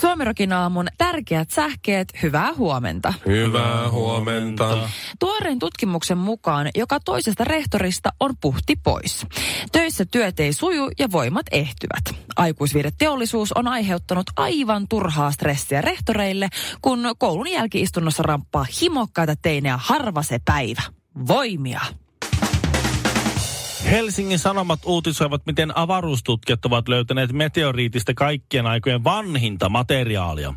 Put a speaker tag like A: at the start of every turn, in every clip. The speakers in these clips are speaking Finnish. A: Suomirokin aamun tärkeät sähkeet, hyvää huomenta.
B: Hyvää huomenta.
A: Tuoreen tutkimuksen mukaan joka toisesta rehtorista on puhti pois. Töissä työt ei suju ja voimat ehtyvät. Aikuisviihdeteollisuus on aiheuttanut aivan turhaa stressiä rehtoreille, kun koulun jälkiistunnossa ramppaa himokkaita teinejä harva se päivä. Voimia!
C: Helsingin Sanomat uutisoivat, miten avaruustutkijat ovat löytäneet meteoriitista kaikkien aikojen vanhinta materiaalia.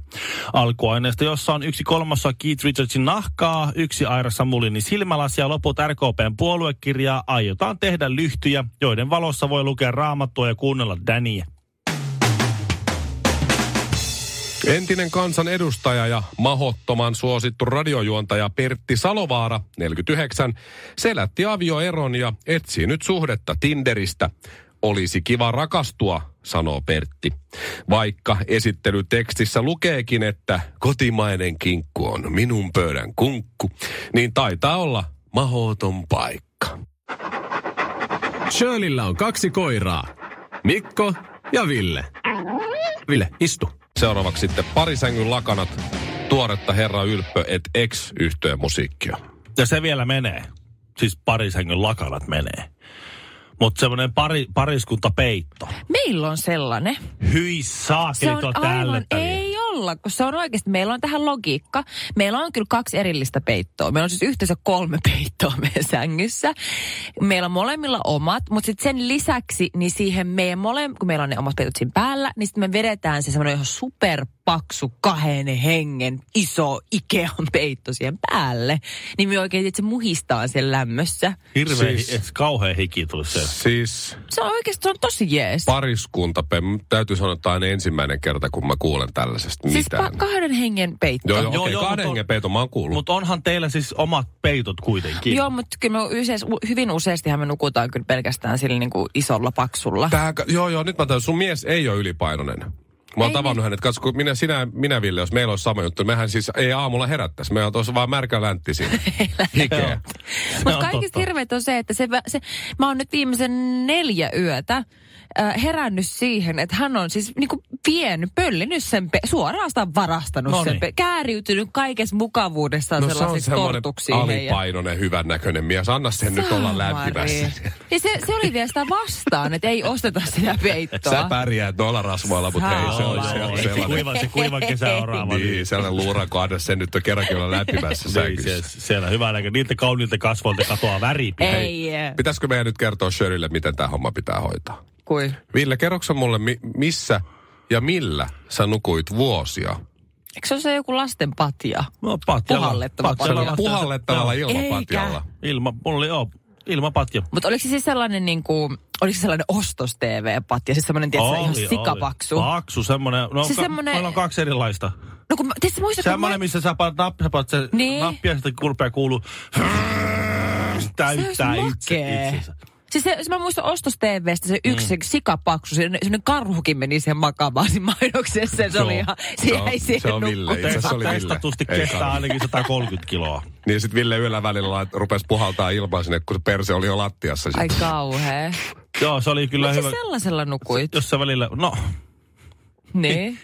C: Alkuaineesta, jossa on yksi kolmasosa Keith Richardsin nahkaa, yksi Aira Samulinin silmälasia, loput RKPn puoluekirjaa, aiotaan tehdä lyhtyjä, joiden valossa voi lukea raamattua ja kuunnella Däniä.
B: Entinen kansan edustaja ja mahottoman suosittu radiojuontaja Pertti Salovaara, 49, selätti avioeron ja etsii nyt suhdetta Tinderistä. Olisi kiva rakastua, sanoo Pertti. Vaikka esittelytekstissä lukeekin, että kotimainen kinkku on minun pöydän kunkku, niin taitaa olla mahoton paikka.
D: Shirleyllä on kaksi koiraa. Mikko ja Ville. Ville, istu.
B: Seuraavaksi sitten parisängyn lakanat, tuoretta Herra Ylppö et ex yhtyeen musiikkia.
C: Ja se vielä menee. Siis parisängyn lakanat menee. Mutta semmoinen pari, pariskuntapeitto.
A: Meillä on sellainen.
C: Hyi saakeli
A: Se on
C: tuo tällä
A: aivan,
C: välillä.
A: ei olla, kun se on oikeasti, meillä on tähän logiikka. Meillä on kyllä kaksi erillistä peittoa. Meillä on siis yhteensä kolme peittoa meidän sängyssä. Meillä on molemmilla omat, mutta sitten sen lisäksi, niin siihen meidän mole, kun meillä on ne omat peitot siinä päällä, niin sitten me vedetään se semmoinen ihan superpaksu kahden hengen iso Ikean peitto siihen päälle. Niin me oikein itse muhistaa sen lämmössä.
C: Hirveä,
B: Siis-
C: siis... kauhean hiki tuli se.
B: Siis
A: Se on oikeasti, se on tosi jees.
B: pariskunta, täytyy sanoa, että tämä on ensimmäinen kerta, kun mä kuulen tällaisesta
A: Siis
B: mitään.
A: pa- kahden hengen peitto.
B: Joo, joo,
C: Joo,
B: okei,
C: joo,
B: okay, kahden
C: mut on-
B: hengen peiton mä oon kuullut.
C: Mutta onhan teillä siis omat peitot kuitenkin.
A: Joo, mutta kyllä me usein, hyvin useastihan me nukutaan kyllä pelkästään sillä niin kuin isolla paksulla.
B: Tää, joo, joo, nyt mä tajusin, sun mies ei ole ylipainoinen. Mä oon tavannut hänet, katso, kun minä, sinä, minä Ville, jos meillä olisi sama juttu, niin mehän siis ei aamulla herättäisi. Meillä on tuossa vaan märkä läntti siinä. Hikeä.
C: Se
A: Mutta
C: on
A: kaikista
C: totta.
A: hirveet on se, että se, se, mä oon nyt viimeisen neljä yötä äh, herännyt siihen, että hän on siis niin kuin vienyt, pöllinyt sen, pe- suorastaan varastanut
C: Noniin.
A: sen, pe- kääriytynyt kaikessa mukavuudessaan
B: niin. No se on
A: sellaisiksi
B: semmoinen
A: tortuksiin. heidän.
B: alipainoinen, hyvännäköinen mies. Anna sen nyt olla lämpimässä.
A: Saamari. Ja Niin se, se oli vielä sitä vastaan, että ei osteta sitä peittoa.
B: Sä pärjäät noilla rasvoilla, mutta hei, se on, se
C: joo,
B: on
C: se
B: sellainen.
C: kuiva, se kuiva kesäoraava.
B: Niin, sellainen luurako, anna sen nyt on kerrankin olla lämpimässä
C: Niin, se,
B: sängyssä.
C: siellä hyvä näkö. Niiltä kauniilta kasvoilta katoaa väri.
A: ei, äh,
B: Pitäisikö meidän nyt kertoa Shirleylle, miten tämä homma pitää hoitaa?
A: kuin.
B: Ville, kerroksä mulle, mi- missä ja millä sä nukuit vuosia?
A: Eikö se ole se joku lasten patja?
C: No, patjalla.
A: Puhallettava
C: Patjalla
A: patja.
C: lasten-
B: Puhallettavalla
C: Joo.
B: ilmapatjalla.
C: Ilma, mulla oli, joo, ilmapatja.
A: Mutta oliko se siis sellainen, niin kuin, oliko se sellainen ostos-TV-patja? Siis sellainen, tiedätkö, ihan sikapaksu.
C: Oli. Paksu, semmoinen. No,
A: Se
C: se
A: semmonen-
C: semmoinen... Meillä on kaksi erilaista.
A: No kun, mä- tiedätkö, muistatko, kun mä,
C: Semmoinen, missä sä paat nappi, sä paat se
A: Niin.
C: niin. nappi ja sitten kulpea kuuluu. Täyttää
A: olisi
C: itse,
A: makee.
C: itsensä.
A: Siis se, se, mä muistan Ostos-TVstä se yksi mm. sikapaksu, se, semmoinen karhukin meni siihen makaamaan siinä mainoksessa. Se, se
C: Se
A: oli
C: on-
A: ihan, se
B: on-
A: jäi siihen
B: se on Ville.
A: nukkumaan.
B: Itse asiassa oli Ville.
C: Testatusti
B: Ei
C: kestää
B: kannata.
C: ainakin 130 kiloa.
B: Niin sitten Ville yöllä välillä lait- rupesi puhaltaa ilmaa sinne, kun se perse oli jo lattiassa.
A: Ai
B: Sit.
A: kauhea.
C: Joo, se oli kyllä
A: Mutta
C: hyvä.
A: siis sellaisella nukuit.
C: Jos sä välillä, no,
A: Niin.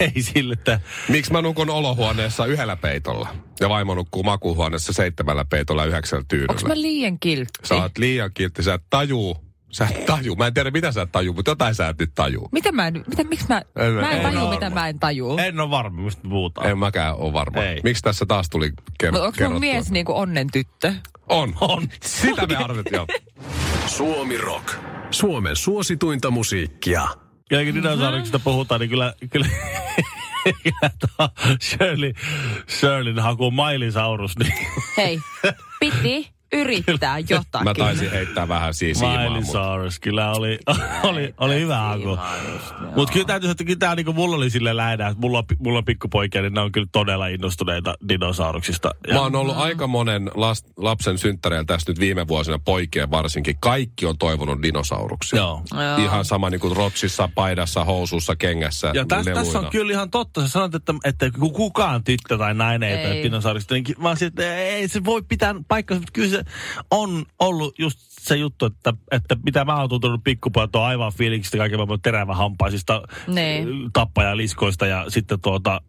C: ei sille, että
B: Miksi mä nukun olohuoneessa yhdellä peitolla? Ja vaimo nukkuu makuuhuoneessa seitsemällä peitolla ja yhdeksällä
A: Onks
B: tyynyllä.
A: mä liian kiltti?
B: Sä oot liian kiltti, sä et tajuu. Sä et tajuu. Mä en tiedä, mitä sä et tajuu, mutta jotain sä et nyt tajuu.
A: Mitä mä en, mitä, miksi mä,
B: En mä-
A: mä en
B: en
A: tajuu,
B: ole
A: mitä
B: varma.
A: mä en tajuu.
C: en ole varma, mistä me puhutaan.
B: En mäkään ole varma.
C: Ei.
B: Miksi tässä taas tuli ker-
A: Mutta onko mun
B: kerrottua?
A: mies niinku onnen tyttö?
B: On.
C: On.
B: Sitä me arvetin jo.
D: Suomi Rock. Suomen suosituinta musiikkia.
C: Ja kun dinosauruksista puhutaan, niin kyllä, kyllä, kyllä tuo Shirley, Shirleyn haku mailisaurus, niin
A: Hei, piti yrittää jotakin.
B: Mä taisin heittää vähän siis siimaa,
C: Miley
B: mutta
C: Cyrus, kyllä oli, oli, oli hyvä alku. Mutta kyllä täytyy sanoa, että kyllä tämä niinku mulla oli sille lähdä, että mulla on, pi- mulla on pikkupoikia, niin ne on kyllä todella innostuneita dinosauruksista. Ja
B: Mä oon ollut aika monen las, lapsen synttäreillä tässä nyt viime vuosina, poikien varsinkin. Kaikki on toivonut dinosauruksia.
C: Joo.
A: Joo.
B: Ihan sama niin kuin rotsissa, paidassa, housussa, kengässä,
C: Ja tässä,
B: leluina.
C: tässä on kyllä ihan totta. Sä sanot, että, että ku- kukaan tyttö tai nainen ei,
A: Ei.
C: ei. dinosaurista. Niin, ki- mä oon siitä, että ei se voi pitää paikkaa. Mutta kyllä se on ollut just se juttu, että, että mitä mä oon tuntunut pikkupojat on aivan fiiliksistä kaiken maailman terävähampaisista
A: Niin.
C: tappajaliskoista ja sitten tuota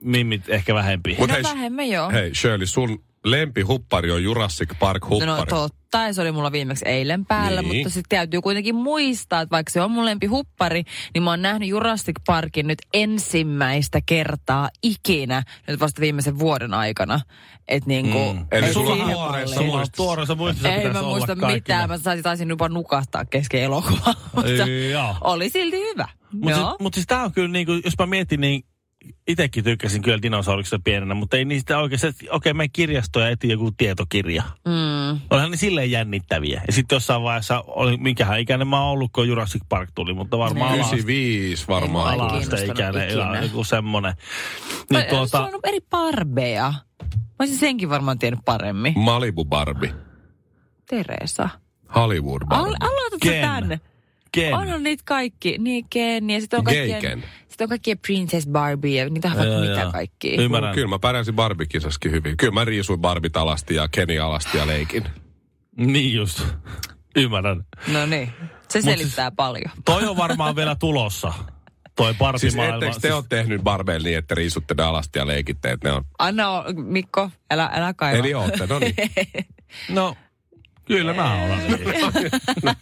C: mimmit ehkä vähempi.
B: Mut
A: No
B: hei,
A: vähemmän joo.
B: hei Shirley, sun lempihuppari on Jurassic Park huppari.
A: No totta, ja se oli mulla viimeksi eilen päällä,
B: Niin.
A: niin. mutta sitten täytyy kuitenkin muistaa, että vaikka se on mun lempihuppari, niin mä oon nähnyt Jurassic Parkin nyt ensimmäistä kertaa ikinä, nyt vasta viimeisen vuoden aikana. Et niinku, mm.
B: Eli
C: Ei,
B: sulla
C: siinä
B: on tuoreessa
C: paljon.
B: muistissa.
C: Sulla on Tuoreessa muistissa
A: Ei
C: pitäisi
A: mä
C: olla
A: muista
C: kaikilla.
A: mitään, mä saisin, taisin jopa nukahtaa kesken elokuvaa, mutta
C: Joo.
A: oli silti hyvä.
C: Mutta
A: Joo.
C: siis, mut siis tää on kyllä niinku, jos mä mietin, niin itekin tykkäsin kyllä dinosauruksista pienenä, mutta ei niistä oikeasti, että okei, okay, menen kirjastoon ja etin joku tietokirja.
A: Mm.
C: Onhan ne silleen jännittäviä. Ja sitten jossain vaiheessa, oli, minkähän ikäinen mä oon ollut, kun Jurassic Park tuli, mutta varmaan
B: Niin.
C: ala-
B: 95
A: Ei
B: varmaan.
A: mua
B: tuli.
A: kiinnostanut
C: ala-asteikäinen,
A: ikinä.
C: ja joku semmonen.
A: Niin
C: Niin tuota,
A: on niinku eri parbeja. Mä olisin senkin varmaan tiennyt paremmin.
B: Malibu Barbie.
A: Teresa.
B: Hollywood
A: Al-
B: Barbie.
A: aloitatko
C: Ken.
A: tänne?
C: Ken.
A: On, on niitä kaikki. Niin Ken ja sitten on
B: Gay
A: kaikkien,
B: Ken.
A: sit on kaikkien Princess Barbie ja niitä on vaikka
C: Joo,
A: mitä
C: joo.
A: kaikki.
C: Ymmärrän.
B: Kyllä mä pärjäsin Barbie-kisaskin hyvin. Kyllä mä riisuin Barbit alasti ja Kenny alasti ja leikin.
C: Niin just. Ymmärrän.
A: No niin, se
C: siis-
A: selittää paljon.
C: Toi on varmaan vielä tulossa. Toi
B: Siis
C: partimaailma.
B: ettekö te ole tehnyt Barbeilla niin, että riisutte ne alasti ja leikitte, että ne on...
A: Anna, o- Mikko, älä, älä kaiva.
B: Eli ootte, no niin.
C: No, kyllä mä olen.
B: Sitten No,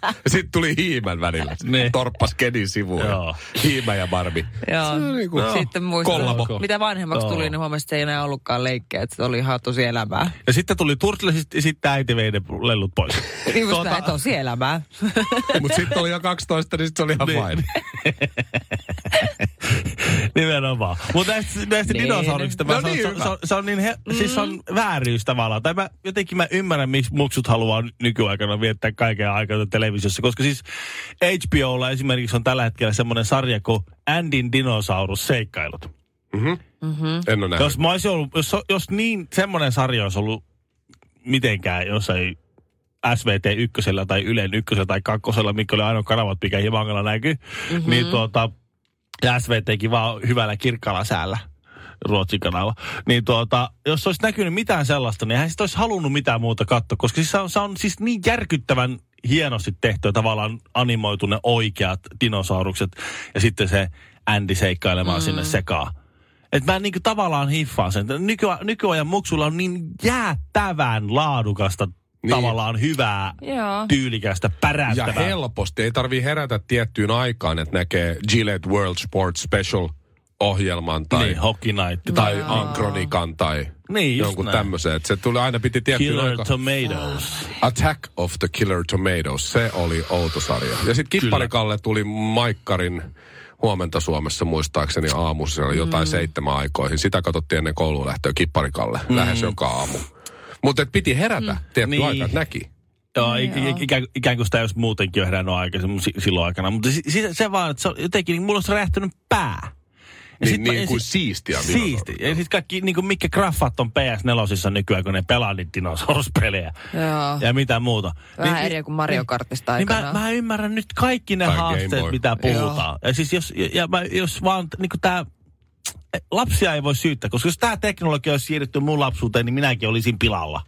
B: tuli hiimän välillä.
C: Niin.
B: Torppas Kedin sivuun.
C: Joo.
B: Hiimä ja Barbi.
A: Joo.
B: Se on niinku-
A: No. Sitten
B: Kollabo.
A: muistan, mitä vanhemmaksi
C: Joo.
A: tuli, niin huomasin, että se ei enää ollutkaan leikkejä, että se oli ihan tosi elämää.
C: Ja sitten tuli Turtle, ja sitten äiti vei ne lellut pois.
A: Niin just näin, tosi elämää.
B: Mutta sitten oli jo 12, niin sit se oli ihan
C: Niin.
B: vain.
C: Nimenomaan. Mutta näistä, näistä
A: Niin.
C: dinosauruksista,
B: No
C: mä sanon,
B: niin,
C: se, on-
B: hyvä.
C: se, on- se, on niin, he, mm. siis se on vääryys tavallaan. Tai mä, jotenkin mä ymmärrän, miksi muksut haluaa ny- nykyaikana viettää kaiken aikaa televisiossa. Koska siis HBOlla esimerkiksi on tällä hetkellä semmoinen sarja kuin Andin dinosaurus-seikkailut.
B: En ole nähnyt.
C: Jos, mä olisin ollut, jos, jos niin semmoinen sarja olisi ollut mitenkään, jos ei SVT ykkösellä tai Ylen ykkösellä tai kakkosella, mikä oli ainoa kanavat, mikä Himangalla näkyy, mm-hmm. niin tuota, ja SVTkin vaan hyvällä kirkkaalla säällä. Ruotsin kanava. Niin tuota, jos olisi näkynyt mitään sellaista, niin hän sitä olisi halunnut mitään muuta katsoa, koska siis se, on, se on siis niin järkyttävän hienosti tehty ja tavallaan animoitu ne oikeat dinosaurukset ja sitten se Andy seikkailemaan mm. sinne sekaan. Et mä niinku tavallaan hiffaan sen. Nykya, nykyajan muksulla on niin jäätävän laadukasta, niin. tavallaan hyvää,
A: Joo.
C: tyylikästä,
B: Ja
C: päräyttävää.
B: helposti. Ei tarvii herätä tiettyyn aikaan, että näkee Gillette World Sports Special ohjelman tai,
C: niin, Hockey Night.
B: tai Ankronikan tai
C: Niin, just
B: jonkun
C: näin.
B: tämmöisen. Et se tuli aina piti tiettyyn
C: Killer
B: aikaan.
C: Tomatoes.
B: Attack of the Killer Tomatoes, se oli outo sarja. Ja sitten Kipparikalle tuli Maikkarin huomenta Suomessa muistaakseni aamusella jotain mm. seitsemän aikoihin. Sitä katsottiin ennen kouluun lähtöä Kipparikalle mm. lähes joka aamu. Mutta näki. herätä mm. tietty niin.
C: Niin.
B: aika, että näki.
C: Joo, ik- ik- ikään, ikään kuin sitä jos muutenkin on herännyt aikaisemmin si- silloin aikana. Mutta si- si- se vaan, että se on jotenkin, niin mulla on räjähtänyt pää. Ja
B: Niin,
C: sit mä-
B: niin
C: ja
B: kuin
C: sit-
B: siistiä
C: Siisti. Ja sitten kaikki, niin kuin mitkä graffat on PS4 nykyään, kun ne pelaa niitä dinosauruspelejä.
A: Joo.
C: Ja mitä muuta.
A: Vähän eri kuin Mario Kartista
C: niin mä,
A: aikanaan.
C: mä ymmärrän nyt kaikki ne
B: Tai Game Boy.
C: haasteet, mitä puhutaan. Ja siis jos, ja, ja mä, jos vaan niin kuin tää, lapsia ei voi syyttää, koska jos tämä teknologia olisi siirretty mun lapsuuteen, niin minäkin olisin pilalla.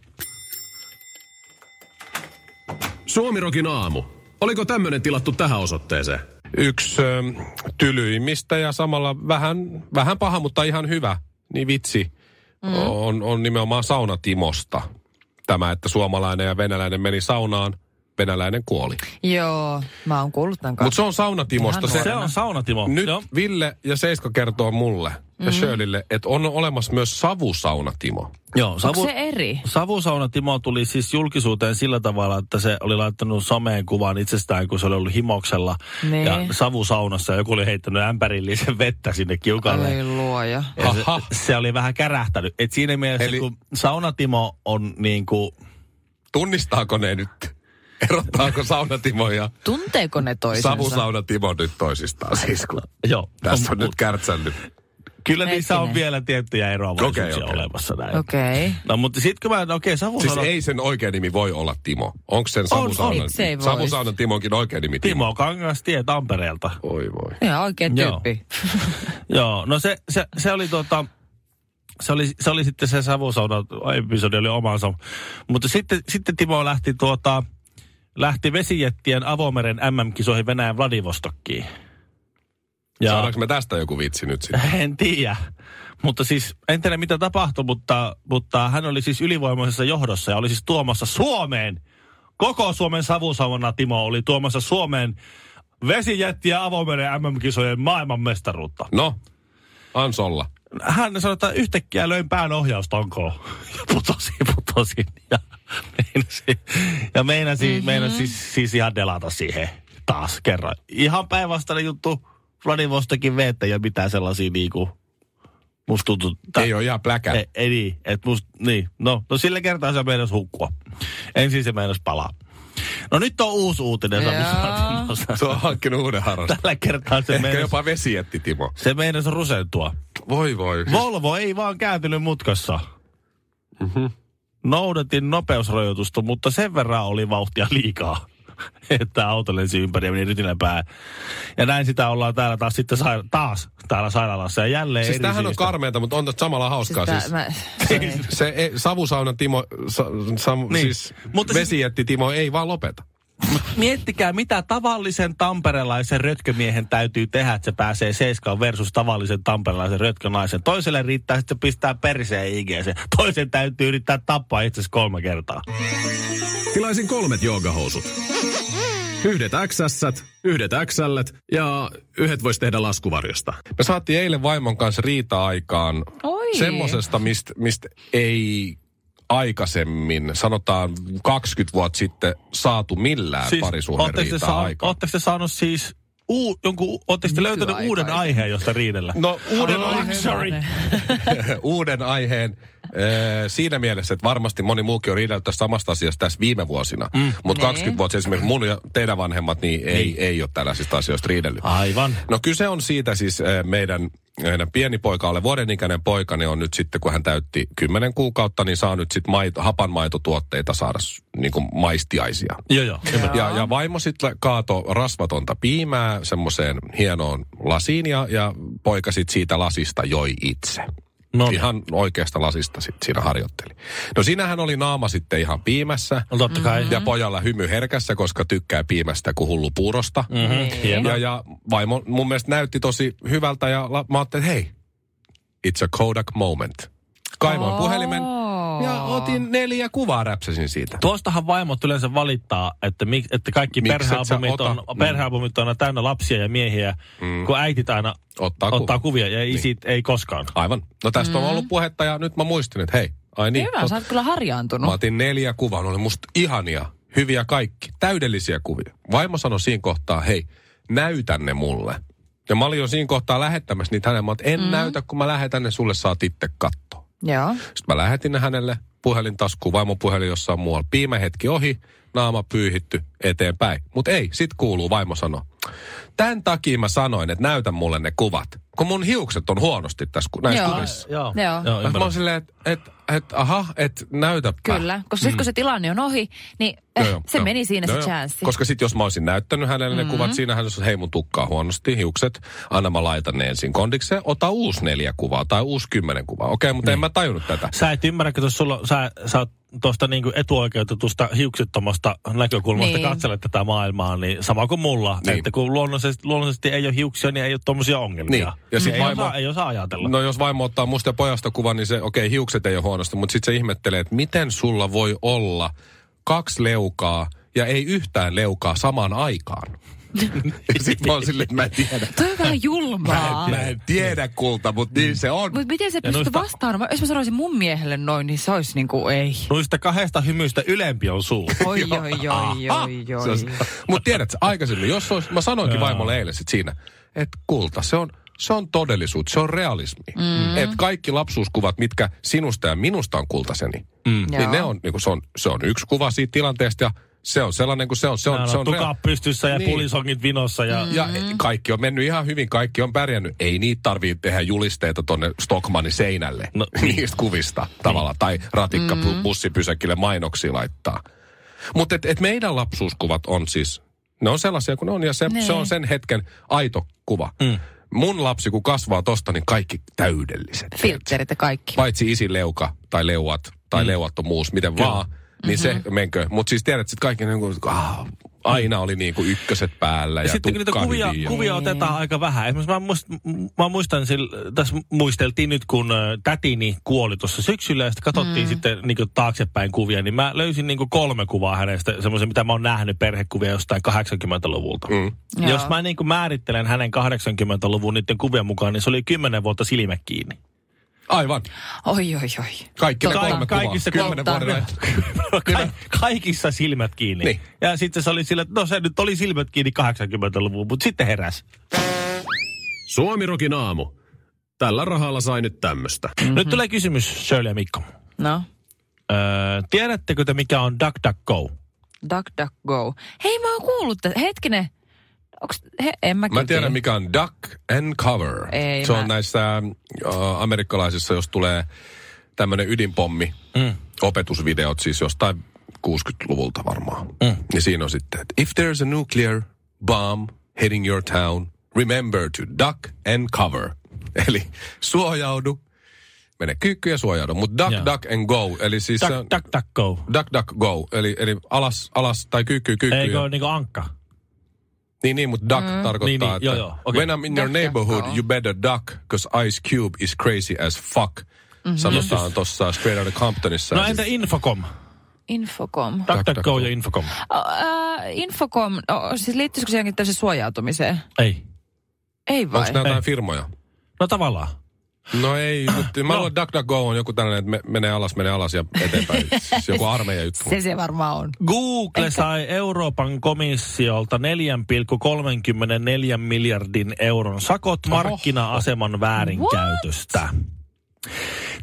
D: Suomirokin aamu. Oliko tämmönen tilattu tähän osoitteeseen?
B: Yksi ö, tylyimmistä ja samalla vähän, vähän paha, mutta ihan hyvä, niin vitsi, mm. on, on nimenomaan saunatimosta. Tämä, että suomalainen ja venäläinen meni saunaan, venäläinen kuoli.
A: Joo, mä oon kuullut tämän
B: Mutta
A: kanssa.
B: se on saunatimosta.
A: Ihan
B: Se,
C: Se on sauna, Timo.
B: nyt
C: Joo.
B: Ville ja Seiska kertoo mulle ja Shirleylle, että on olemassa myös savusaunatimo.
C: Joo, savu,
A: Onko se e- eri?
C: Savusauna Timo tuli siis julkisuuteen sillä tavalla, että se oli laittanut someen kuvan itsestään, kun se oli ollut himoksella
A: Niin.
C: ja savusaunassa. ja Joku oli heittänyt ämpärillisen vettä sinne kiukalle.
A: Ai luoja.
C: Ja se,
B: Aha.
C: se oli vähän kärähtänyt. Et siinä mielessä,
B: Eli-
C: Eli... kun saunatimo on niin kuin
B: Tunnistaako ne nyt? Erottaako saunatimo ja
A: Tunteeko ne toisensa?
B: savusaunatimo nyt toisistaan? Siis kun
C: Joo.
B: tässä on nyt kärtsännyt.
C: Kyllä niissä on
A: Hetkinen.
C: vielä tiettyjä eroavaisuuksia
B: Okei, okei.
C: olemassa näin.
A: Okei. Okay.
C: No mutta sitten kun mä, no okei, Savu
B: Siis
C: sanoi,
B: ei sen oikea nimi voi olla Timo. Onko sen Savu
C: on.
B: Saunan?
A: Miksei voi?
B: Savu Saunan Timonkin oikea nimi Timo.
C: Timo Kangastie Tampereelta.
B: Oi voi.
A: Ihan oikea
C: Joo.
A: tyyppi.
C: Joo, no se, se, se oli tota, se oli, se oli sitten se savusauna episodi oli omansa. Mutta sitten, sitten Timo lähti tuota, lähti vesijettien avomeren MM-kisoihin Venäjän Vladivostokkiin.
B: Ja. Saadaanko me tästä joku vitsi nyt sitten?
C: En tiedä. Mutta siis, en tiedä mitä tapahtui, mutta, mutta hän oli siis ylivoimaisessa johdossa ja oli siis tuomassa Suomeen. Koko Suomen savusauna Timo oli tuomassa Suomeen vesijättiä avomeren MM-kisojen maailmanmestaruutta.
B: No, Ansolla.
C: Hän sanoi, että yhtäkkiä löin pään ohjaustonkoon. Ja putosin, putosin. Ja meinasi, ja meinasi, mm-hmm. meinasi siis, siis ihan delata siihen taas kerran. Ihan päinvastainen juttu. Vladivostokin veettä ja mitään sellaisia niinku... Musta tuntuu...
B: Ei ole ihan pläkä.
C: Ei, ei niin, että must, niin. No, no sillä kertaa se meinas hukkua. Ensin se meinas palaa. No nyt on uusi uutinen. Samu
A: Joo.
C: Saatimossa.
B: Se on hankkinut uuden harrastuksen.
C: Tällä kertaa se
B: Ehkä
C: meinas,
B: jopa vesietti, Timo.
C: se meinas rusentua.
B: Voi voi.
C: Volvo ei vaan kääntynyt mutkassa. Mm-hmm. Noudatin nopeusrajoitusta, mutta sen verran oli vauhtia liikaa, että auto lensi ympäri ja meni rytinän päähän. Ja näin sitä ollaan täällä taas sitten saira- taas täällä sairaalassa ja jälleen
B: Siis
C: eri
B: tämähän on
C: syystä.
B: karmeeta, mutta on tästä samalla hauskaa. Siis
A: mä,
B: siis se ei, savusauna Timo, sa, sam, niin. siis
C: Mutta
B: Mutta
C: siis-
B: vesijätti Timo ei vaan lopeta.
C: Miettikää, mitä tavallisen tamperelaisen rötkömiehen täytyy tehdä, että se pääsee seiskaan versus tavallisen tamperelaisen rötkönaisen. Toiselle riittää, että se pistää perseen IG. Toisen täytyy yrittää tappaa itsensä kolme kertaa.
D: Tilaisin kolmet joogahousut. Yhdet XS, yhdet XL ja yhdet voisi tehdä laskuvarjosta.
B: Me saatiin eilen vaimon kanssa riita-aikaan
A: Oi.
B: semmosesta, mistä mist ei aikaisemmin, sanotaan 20 vuotta sitten, saatu millään siis, parisuhden
C: ootteko te
B: riitaa
C: saanut-
B: aikaan.
C: ootteko te saanut siis, uu, jonkun, u- ootteko te löytänyt uuden aiheen, josta riidellä?
B: No uuden,
C: Oh,
B: aiheen,
C: sorry.
B: uuden aiheen ee, siinä mielessä, että varmasti moni muukin on riidellyt tästä samasta asiasta tässä viime vuosina. Mm. Mutta
A: Niin.
B: 20 vuotta esimerkiksi mun ja teidän vanhemmat niin ei, niin. ei ole tällaisista asioista riidellyt.
C: Aivan.
B: No kyse on siitä siis eh, meidän, meidän pieni poika, alle vuoden ikäinen poika, niin on nyt sitten, kun hän täytti 10 kuukautta, niin saa nyt sitten maito, hapanmaitotuotteita saada niin kuin maistiaisia.
C: Joo, joo.
B: Ja, ja vaimo sitten kaato rasvatonta piimää semmoiseen hienoon lasiin ja, ja poika sitten siitä lasista joi itse.
C: No niin.
B: Ihan oikeasta lasista sit siinä harjoitteli. No siinähän oli naama sitten ihan piimässä.
C: No totta kai.
B: Ja pojalla hymy herkässä, koska tykkää piimästä kuin hullu puurosta.
C: Mm-hmm. Hieno.
B: Ja, ja vaimo mun mielestä näytti tosi hyvältä ja la, mä ajattelin, hei, it's a Kodak moment. Kaivoin puhelimen ja otin neljä kuvaa räpsäsin siitä.
C: Tuostahan vaimot yleensä valittaa, että, mik, että kaikki
B: Mikset
C: perhealbumit
B: sä
C: on,
B: ota? Mm.
C: perhealbumit on aina täynnä lapsia ja miehiä, mm. kun äitit aina
B: Ottaa kuva.
C: ottaa kuvia ja
B: Niin.
C: isit ei koskaan.
B: Aivan. No tästä mm. on ollut puhetta ja nyt mä muistin, että hei, ai niin.
A: Hyvä, sä
B: totta.
A: oot kyllä
B: Mä
A: harjaantunut.
B: otin neljä kuvaa, ne oli musta ihania, hyviä kaikki, täydellisiä kuvia. Vaimo sanoi siinä kohtaa, hei, näytä ne mulle. Ja mä olin jo siinä kohtaa lähettämässä niitä hänelle, mä oon, että en mm. näytä, kun mä lähetän ne sulle, saat itse katsoa.
A: Joo.
B: Sitten mä lähetin ne hänelle puhelintaskuun, vaimon puhelin jossain muualla. Piimähetki ohi, naama pyyhitty eteenpäin. Mutta ei, sit kuuluu vaimo sano. Tämän takia mä sanoin, että näytä mulle ne kuvat, kun mun hiukset on huonosti tässä ku- näissä
A: Joo.
B: kuvissa.
C: Joo.
A: Joo.
C: Joo
B: Mä
C: ymmärrän.
B: oon silleen, että et, et, aha, että näytäpä.
A: Kyllä, koska sitten kun
B: Mm.
A: se tilanne on ohi, niin eh, se meni siinä se chanssi.
B: Koska sitten jos mä olisin näyttänyt hänelle ne mm-hmm. kuvat, siinä hän olisi, hei mun tukkaa huonosti, hiukset, anna mä laitan ne ensin kondikseen, ota uusi neljä kuvaa tai uusi kymmenen kuvaa. Okei, okay, mutta niin. en mä tajunnut tätä.
C: Sä et ymmärrä, että sulla, sä, sä oot tuosta niinku etuoikeutetusta hiuksettomasta näkökulmasta niin.
A: Niin.
C: katselet tätä maailmaa, niin sama kuin mulla. Niin.
B: Niin.
C: Että kun luonnollisesti, luonnollisesti ei ole hiuksia, niin ei ole tommosia ongelmia.
B: Niin. Ja sit
C: ei,
B: vaimo-
C: osaa, ei osaa ajatella.
B: No jos vaimo ottaa musta ja pojasta kuvan, niin se, okei, okay, hiukset ei ole huonosti, mutta sitten se ihmettelee, että miten sulla voi olla kaksi leukaa ja ei yhtään leukaa samaan aikaan. sitten mä oon silleen, että mä en tiedä.
A: Toi on vähän julmaa.
B: Mä en tiedä kulta, mutta niin se on.
A: Mutta miten se pystyy
C: noista-
A: vastaamaan? Jos mä sanoisin mun miehelle noin, niin se olisi niinku ei.
C: Noista kahdesta hymyistä ylempi on suu.
A: Oi, oi, oi, oi, oi,
B: Se
A: oi.
B: on- Mut tiedät, sä, aikaisemmin, jos olisi, mä sanoinkin vaimolle eilen sit siinä, että kulta, se on se on todellisuutta, se on realismi. Mm. Et kaikki lapsuuskuvat, mitkä sinusta ja minusta on kultaseni, mm. niin
A: Joo.
B: ne on, niin kuin se on, se on yksi kuva siitä tilanteesta ja se on sellainen kuin se on. Se on, se on rea-
C: tukaa pystyssä ja
B: Niin.
C: niin. pulisongit vinossa ja...
B: ja e- kaikki on mennyt ihan hyvin, kaikki on pärjännyt. Ei niitä tarvitse tehdä julisteita tonne Stockmannin seinälle no.
C: No.
B: niistä kuvista tavallaan. Tai ratikka mm. bussipysäkille mainoksia laittaa. Mutta et, et meidän lapsuuskuvat on siis, ne on sellaisia kuin ne on ja se, se on sen hetken aito kuva. Mm. Mun lapsi kun kasvaa tosta, niin kaikki täydelliset.
A: Filtterit ja kaikki.
B: Paitsi isin leuka tai leuat tai mm. leuattomuus, miten Kyllä. vaan. Niin mm-hmm. se menkö. Mutta siis tiedät, että kaikki niin kuin, ah, aina oli niin kuin ykköset päällä ja,
C: Ja sitten kun niitä
B: tukka
C: kuvia,
B: hyvin ja-
C: kuvia otetaan aika vähän. Esimerkiksi mä, muist, m- mä muistan, sil, tässä muisteltiin nyt, kun ö, tätini kuoli tuossa syksyllä, ja sitten katsottiin mm. sitten niin taaksepäin kuvia, niin mä löysin niin kolme kuvaa hänestä, semmoisen, mitä mä oon nähnyt perhekuvia jostain 80-luvulta. Mm. Jos
A: Joo.
C: mä niin määrittelen hänen 80-luvun niiden kuvien mukaan, niin se oli 10 vuotta silmä kiinni.
B: Aivan.
A: Oi, oi, oi.
B: Kaikki ne
C: Ka-
B: kolme
C: kaikissa
B: kuvaa. Kymmenen
A: kolme-
B: vuoden
C: Ka- kaikissa silmät kiinni.
B: Niin.
C: Niin. Ja sitten se oli sillä, että no se nyt oli silmät kiinni 80-luvun, mutta sitten heräs.
D: Suomirokin aamu. Tällä rahalla sai nyt tämmöstä.
C: Mm-hmm. Nyt tulee kysymys, Shirley ja Mikko.
A: No,
C: Öö, tiedättekö te, mikä on DuckDuckGo?
A: duck, duck, go. Hei, mä oon kuullut tästä. Hetkinen. Onks, he, en mä,
B: Mä
A: kyllä
B: tiedän,
A: tiedä.
B: mikä on duck and cover.
A: Ei,
B: se on
A: mä-
B: näissä äh, amerikkalaisissa, jos tulee tämmöinen ydinpommi, mm. opetusvideot siis jostain 60-luvulta varmaan. Mm. Niin siinä on sitten, että if there's a nuclear bomb hitting your town, remember to duck and cover. Eli suojaudu, mene kyykkyyn ja suojaudu. Mutta duck,
C: Joo.
B: duck and go, eli siis se on
C: Duck, duck, duck, go.
B: duck, duck, go, eli, eli alas, alas tai kyykkyyn, kyykkyyn.
C: Eikö
B: ja-
C: ole niinku ankka?
B: Niin, niin, mutta duck mm. tarkoittaa,
C: Niin, niin,
B: että
C: joo, joo, okei.
B: when I'm in your
A: Duck,
B: neighborhood,
A: duck,
B: you better duck, cause Ice Cube is crazy as fuck. Mm-hmm. Sanotaan tuossa Straight Outta Comptonissa.
C: No entä Infocom?
A: Infocom.
C: Duck, duck,
B: duck,
C: go
B: go.
C: ja Infocom.
A: O, äh, Infocom, o, siis liittyisikö se jonkin tällaiseen suojautumiseen?
C: Ei.
A: Ei vai?
B: Onko nämä
C: Ei.
B: jotain firmoja?
C: No tavallaan.
B: No ei, mutta mä luulen, että DuckDuckGo on joku tällainen, että me- menee alas, menee alas ja eteenpäin. Siis joku armeija juttu.
A: Se se varmaan on.
C: Google sai Euroopan komissiolta 4,34 miljardin euron sakot markkina-aseman väärinkäytöstä.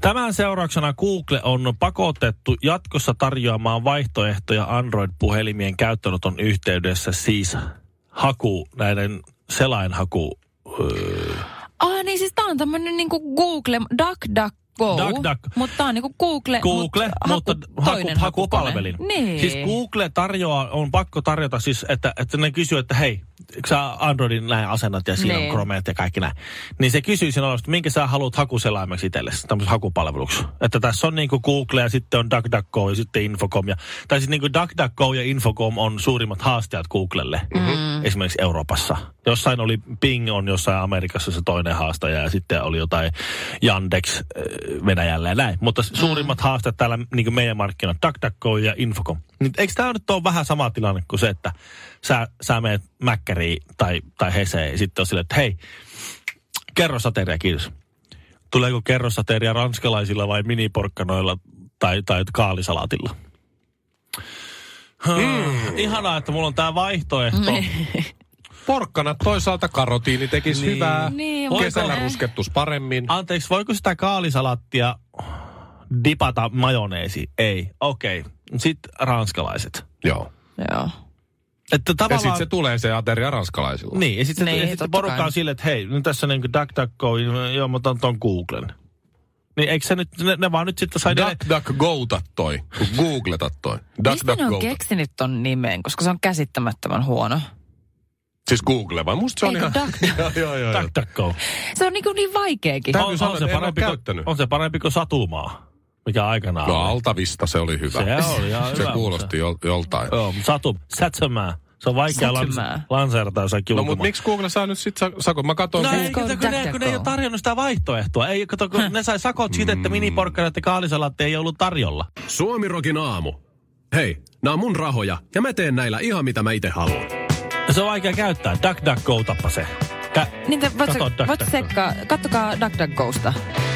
C: Tämän seurauksena Google on pakotettu jatkossa tarjoamaan vaihtoehtoja Android-puhelimien käyttöönoton yhteydessä siis haku, näiden selainhaku.
A: Ah niin, siis tää on tämmönen niinku Google, DuckDuckGo.
C: DuckDuck.
A: Mutta tää on niinku Google,
C: Google,
A: mut haku,
C: mutta haku,
A: toinen
C: hakupalvelin.
A: Niin.
C: Siis Google tarjoaa, on pakko tarjota siis, että, että ne kysyy, että hei, eikö sä Androidin näin asennat ja siinä
A: Niin.
C: on Chromeet ja kaikki näin. Niin se kysyy sinä että minkä sä haluat hakuselaimeksi itsellesi, tämmöisen hakupalveluksi. Että tässä on niinku Google ja sitten on DuckDuckGo ja sitten Infocom. Ja, tai siis niinku DuckDuckGo ja Infocom on suurimmat haasteet Googlelle, mm-hmm. esimerkiksi Euroopassa. Jossain oli Bing on jossain Amerikassa se toinen haastaja ja sitten oli jotain Yandex äh, Venäjällä ja näin. Mutta suurimmat mm-hmm. haasteet täällä niinku meidän markkinoilla, DuckDuckGo ja Infocom. Nyt eikö tämä nyt ole vähän sama tilanne kuin se, että sä, sä meet Mäkkäriin tai, tai Heseen ja sitten on silleen, että hei, kerrosateria, kiitos. Tuleeko kerrosateria ranskalaisilla vai miniporkkanoilla tai, tai kaalisalaatilla? Hmm. Ihanaa, että mulla on tämä vaihtoehto.
B: Mm. Porkkana toisaalta karotiini tekisi
C: Niin.
B: hyvää.
A: Niin,
B: Kesällä
A: voiko-
B: ruskettus paremmin.
C: Anteeksi, voiko sitä kaalisalaattia dipata majoneesi? Ei. Okei. Okay. Sitten ranskalaiset.
B: Joo.
A: Joo.
C: Että
B: Ja
C: tavallaan...
B: sitten se tulee se ateria ranskalaisilla.
C: Niin, ja sitten
A: Niin,
C: niin, sit
A: totta
C: porukka
A: kai.
C: on sille, että hei, nyt tässä on niin DuckDuckGo, joo, mä otan ton Googlen. Niin eikö se nyt, ne, ne vaan nyt sitten sai... ne-
B: DuckDuckGouta toi, kun googletat toi.
A: Mistä ne on
B: DuckDuckGouta.
A: keksinyt ton nimen, koska se on käsittämättömän huono.
B: Siis Google, vai musta se on
A: Eikö
B: ihan...
A: duck-
B: joo, joo, joo. joo.
C: DuckDuckGo.
A: Se on niinku niin vaikeekin.
B: Täytyy sanoa, että en ole
C: kuin-
B: käyttänyt.
C: on se parempi kuin Satumaa, mikä aikanaan
B: No
C: oli.
B: altavista se oli hyvä.
C: Se oli ihan
B: Se
C: hyvä,
B: kuulosti jo, joltain.
C: mutta- Joo, mutta Satu, Satsamaa. Se on vaikea lans,
A: Satsamaa.
C: lanseerata jossakin
B: No mutta
C: ulkomailla.
B: miksi Google saa nyt sit sa- sakon? Mä katson
C: No
B: Google-
C: ei, kato, kun, ne, kun ne ei
A: DuckDuckGo.
C: ole tarjonnut sitä vaihtoehtoa. Ei, kato, kun ne sai sakot siitä, että miniporkkanat ja kaalisalaatti ei ollut tarjolla.
D: Suomirokin aamu. Hei, nämä on mun rahoja ja mä teen näillä ihan mitä mä itse haluan.
C: Ja se on vaikea käyttää. DuckDuckGo tappa se. Kä-
A: Niin te, voit,
C: Kato
A: sä-
C: DuckDuckGo.
A: voit sekkaa, kattokaa DuckDuckGosta.